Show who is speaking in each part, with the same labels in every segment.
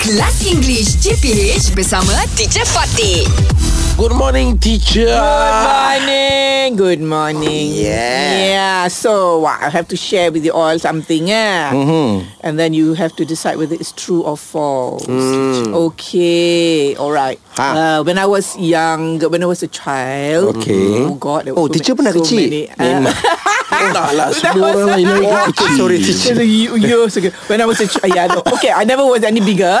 Speaker 1: Kelas English CPH bersama Teacher Fatih.
Speaker 2: Good morning, teacher.
Speaker 3: Good morning. Good morning.
Speaker 2: Oh, Yeah.
Speaker 3: Yeah. So what I have to share with you all something, yeah. Mm-hmm. And then you have to decide whether it's true or false. Okay. All right.
Speaker 2: Mm. Ha.
Speaker 3: Uh, when I was young, when I was a child.
Speaker 2: Okay.
Speaker 3: Oh God. There
Speaker 4: Oh,
Speaker 3: were so
Speaker 4: teacher
Speaker 3: many-
Speaker 4: pernah
Speaker 3: so
Speaker 4: kecil?
Speaker 3: Many, uh,
Speaker 2: Entah lah, semua orang lain lagi.
Speaker 4: Teacher, sorry teacher.
Speaker 3: Just a y- years ago. When I was a child, yeah, no. okay, I never was any bigger.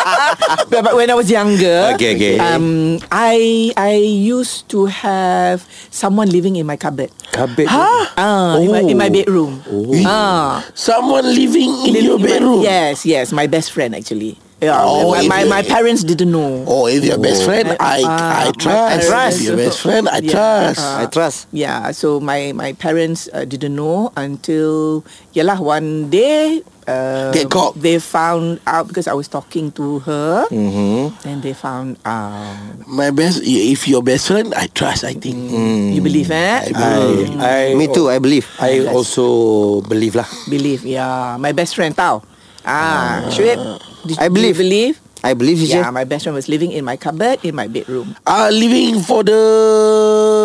Speaker 3: but, but when I was younger,
Speaker 2: Okay, okay.
Speaker 3: um, I I used to have someone living in my cupboard.
Speaker 2: Cupboard.
Speaker 3: Ah, in, my, in my bedroom.
Speaker 2: Oh.
Speaker 3: Ah,
Speaker 2: Someone living in
Speaker 3: living
Speaker 2: your
Speaker 3: in my-
Speaker 2: bedroom.
Speaker 3: yes, yes, my best friend actually. Yeah,
Speaker 2: Oh,
Speaker 3: my,
Speaker 2: in
Speaker 3: my,
Speaker 2: the-
Speaker 3: my parents didn't know.
Speaker 2: Oh, if your best friend, I I trust.
Speaker 3: Ah. I trust.
Speaker 2: If your best friend, I
Speaker 3: Yeah. Ah.
Speaker 2: trust.
Speaker 4: I trust.
Speaker 3: Yeah, so my my parents uh, didn't know until yalah one day uh,
Speaker 2: They got-
Speaker 3: they found out because I was talking to her, mm-hmm. and they found um, out.
Speaker 2: My best. If your best friend, I trust. I think.
Speaker 3: You believe
Speaker 2: Mm. I
Speaker 3: eh?
Speaker 2: believe.
Speaker 4: Mm. I, Me too, I believe. I also believe lah.
Speaker 3: believe, yeah. My best friend tau. Ah, Shuib, did
Speaker 4: I
Speaker 3: you
Speaker 4: believe.
Speaker 3: believe.
Speaker 4: I believe teacher.
Speaker 3: Yeah, my best friend was living in my cupboard in my bedroom.
Speaker 2: Ah, living for the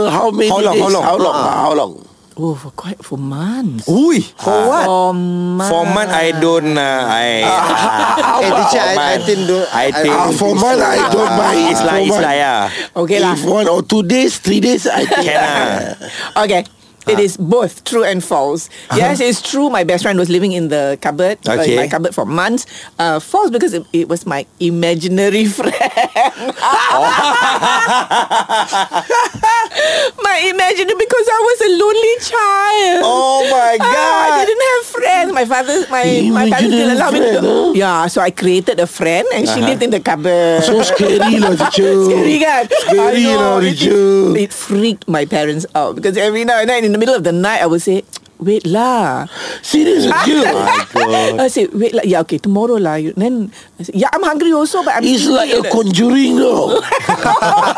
Speaker 2: how many
Speaker 4: How long, how
Speaker 2: days?
Speaker 4: long?
Speaker 2: How long?
Speaker 4: Ah.
Speaker 2: How long?
Speaker 3: Oh, for quite for months.
Speaker 4: Ui, for what?
Speaker 3: Ah. For months.
Speaker 5: For month I don't uh, I
Speaker 4: Eh, teacher, I, I
Speaker 5: Format.
Speaker 4: think don't.
Speaker 5: I think-
Speaker 2: Ah, for month I don't buy.
Speaker 5: It's
Speaker 2: It's
Speaker 5: like
Speaker 2: for
Speaker 5: It's
Speaker 2: month.
Speaker 5: like yeah
Speaker 3: Okay lah.
Speaker 2: If one or two days, three days, I think.
Speaker 5: Can ah.
Speaker 3: Okay. It is both true and false. Yes, it's true. My best friend was living in the cupboard, uh, in
Speaker 5: Okay.
Speaker 3: my cupboard for months. Uh, false because it, it was my imaginary friend. my imaginary because I was a lonely child.
Speaker 5: Oh my
Speaker 3: Ah, I didn't have friends. My father, my
Speaker 2: Eh,
Speaker 3: my parents
Speaker 2: Imaginary
Speaker 3: didn't allow me to.
Speaker 2: friend, huh? Uh-huh.
Speaker 3: Yeah, so I created a friend, and she lived in the cupboard.
Speaker 2: So scary lah, teacher.
Speaker 3: Scary kan
Speaker 2: Scary
Speaker 3: I
Speaker 2: lah,
Speaker 3: know, it-
Speaker 2: Richard.
Speaker 3: It, it freaked my parents out Because every now and then In the middle of the night I would say Wait lah
Speaker 2: Serious, teacher.
Speaker 3: I say wait lah Yeah okay tomorrow lah you, Then I say, Yeah I'm hungry also But I'm
Speaker 2: It's like a
Speaker 3: sleepy."
Speaker 2: conjuring no.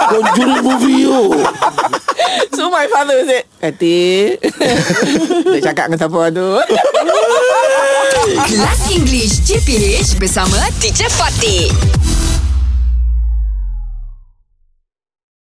Speaker 2: conjuring movie yo.
Speaker 3: So my father would say Adik Dia cakap dengan siapa tu
Speaker 1: Kelas English CPH bersama Teacher Fatih.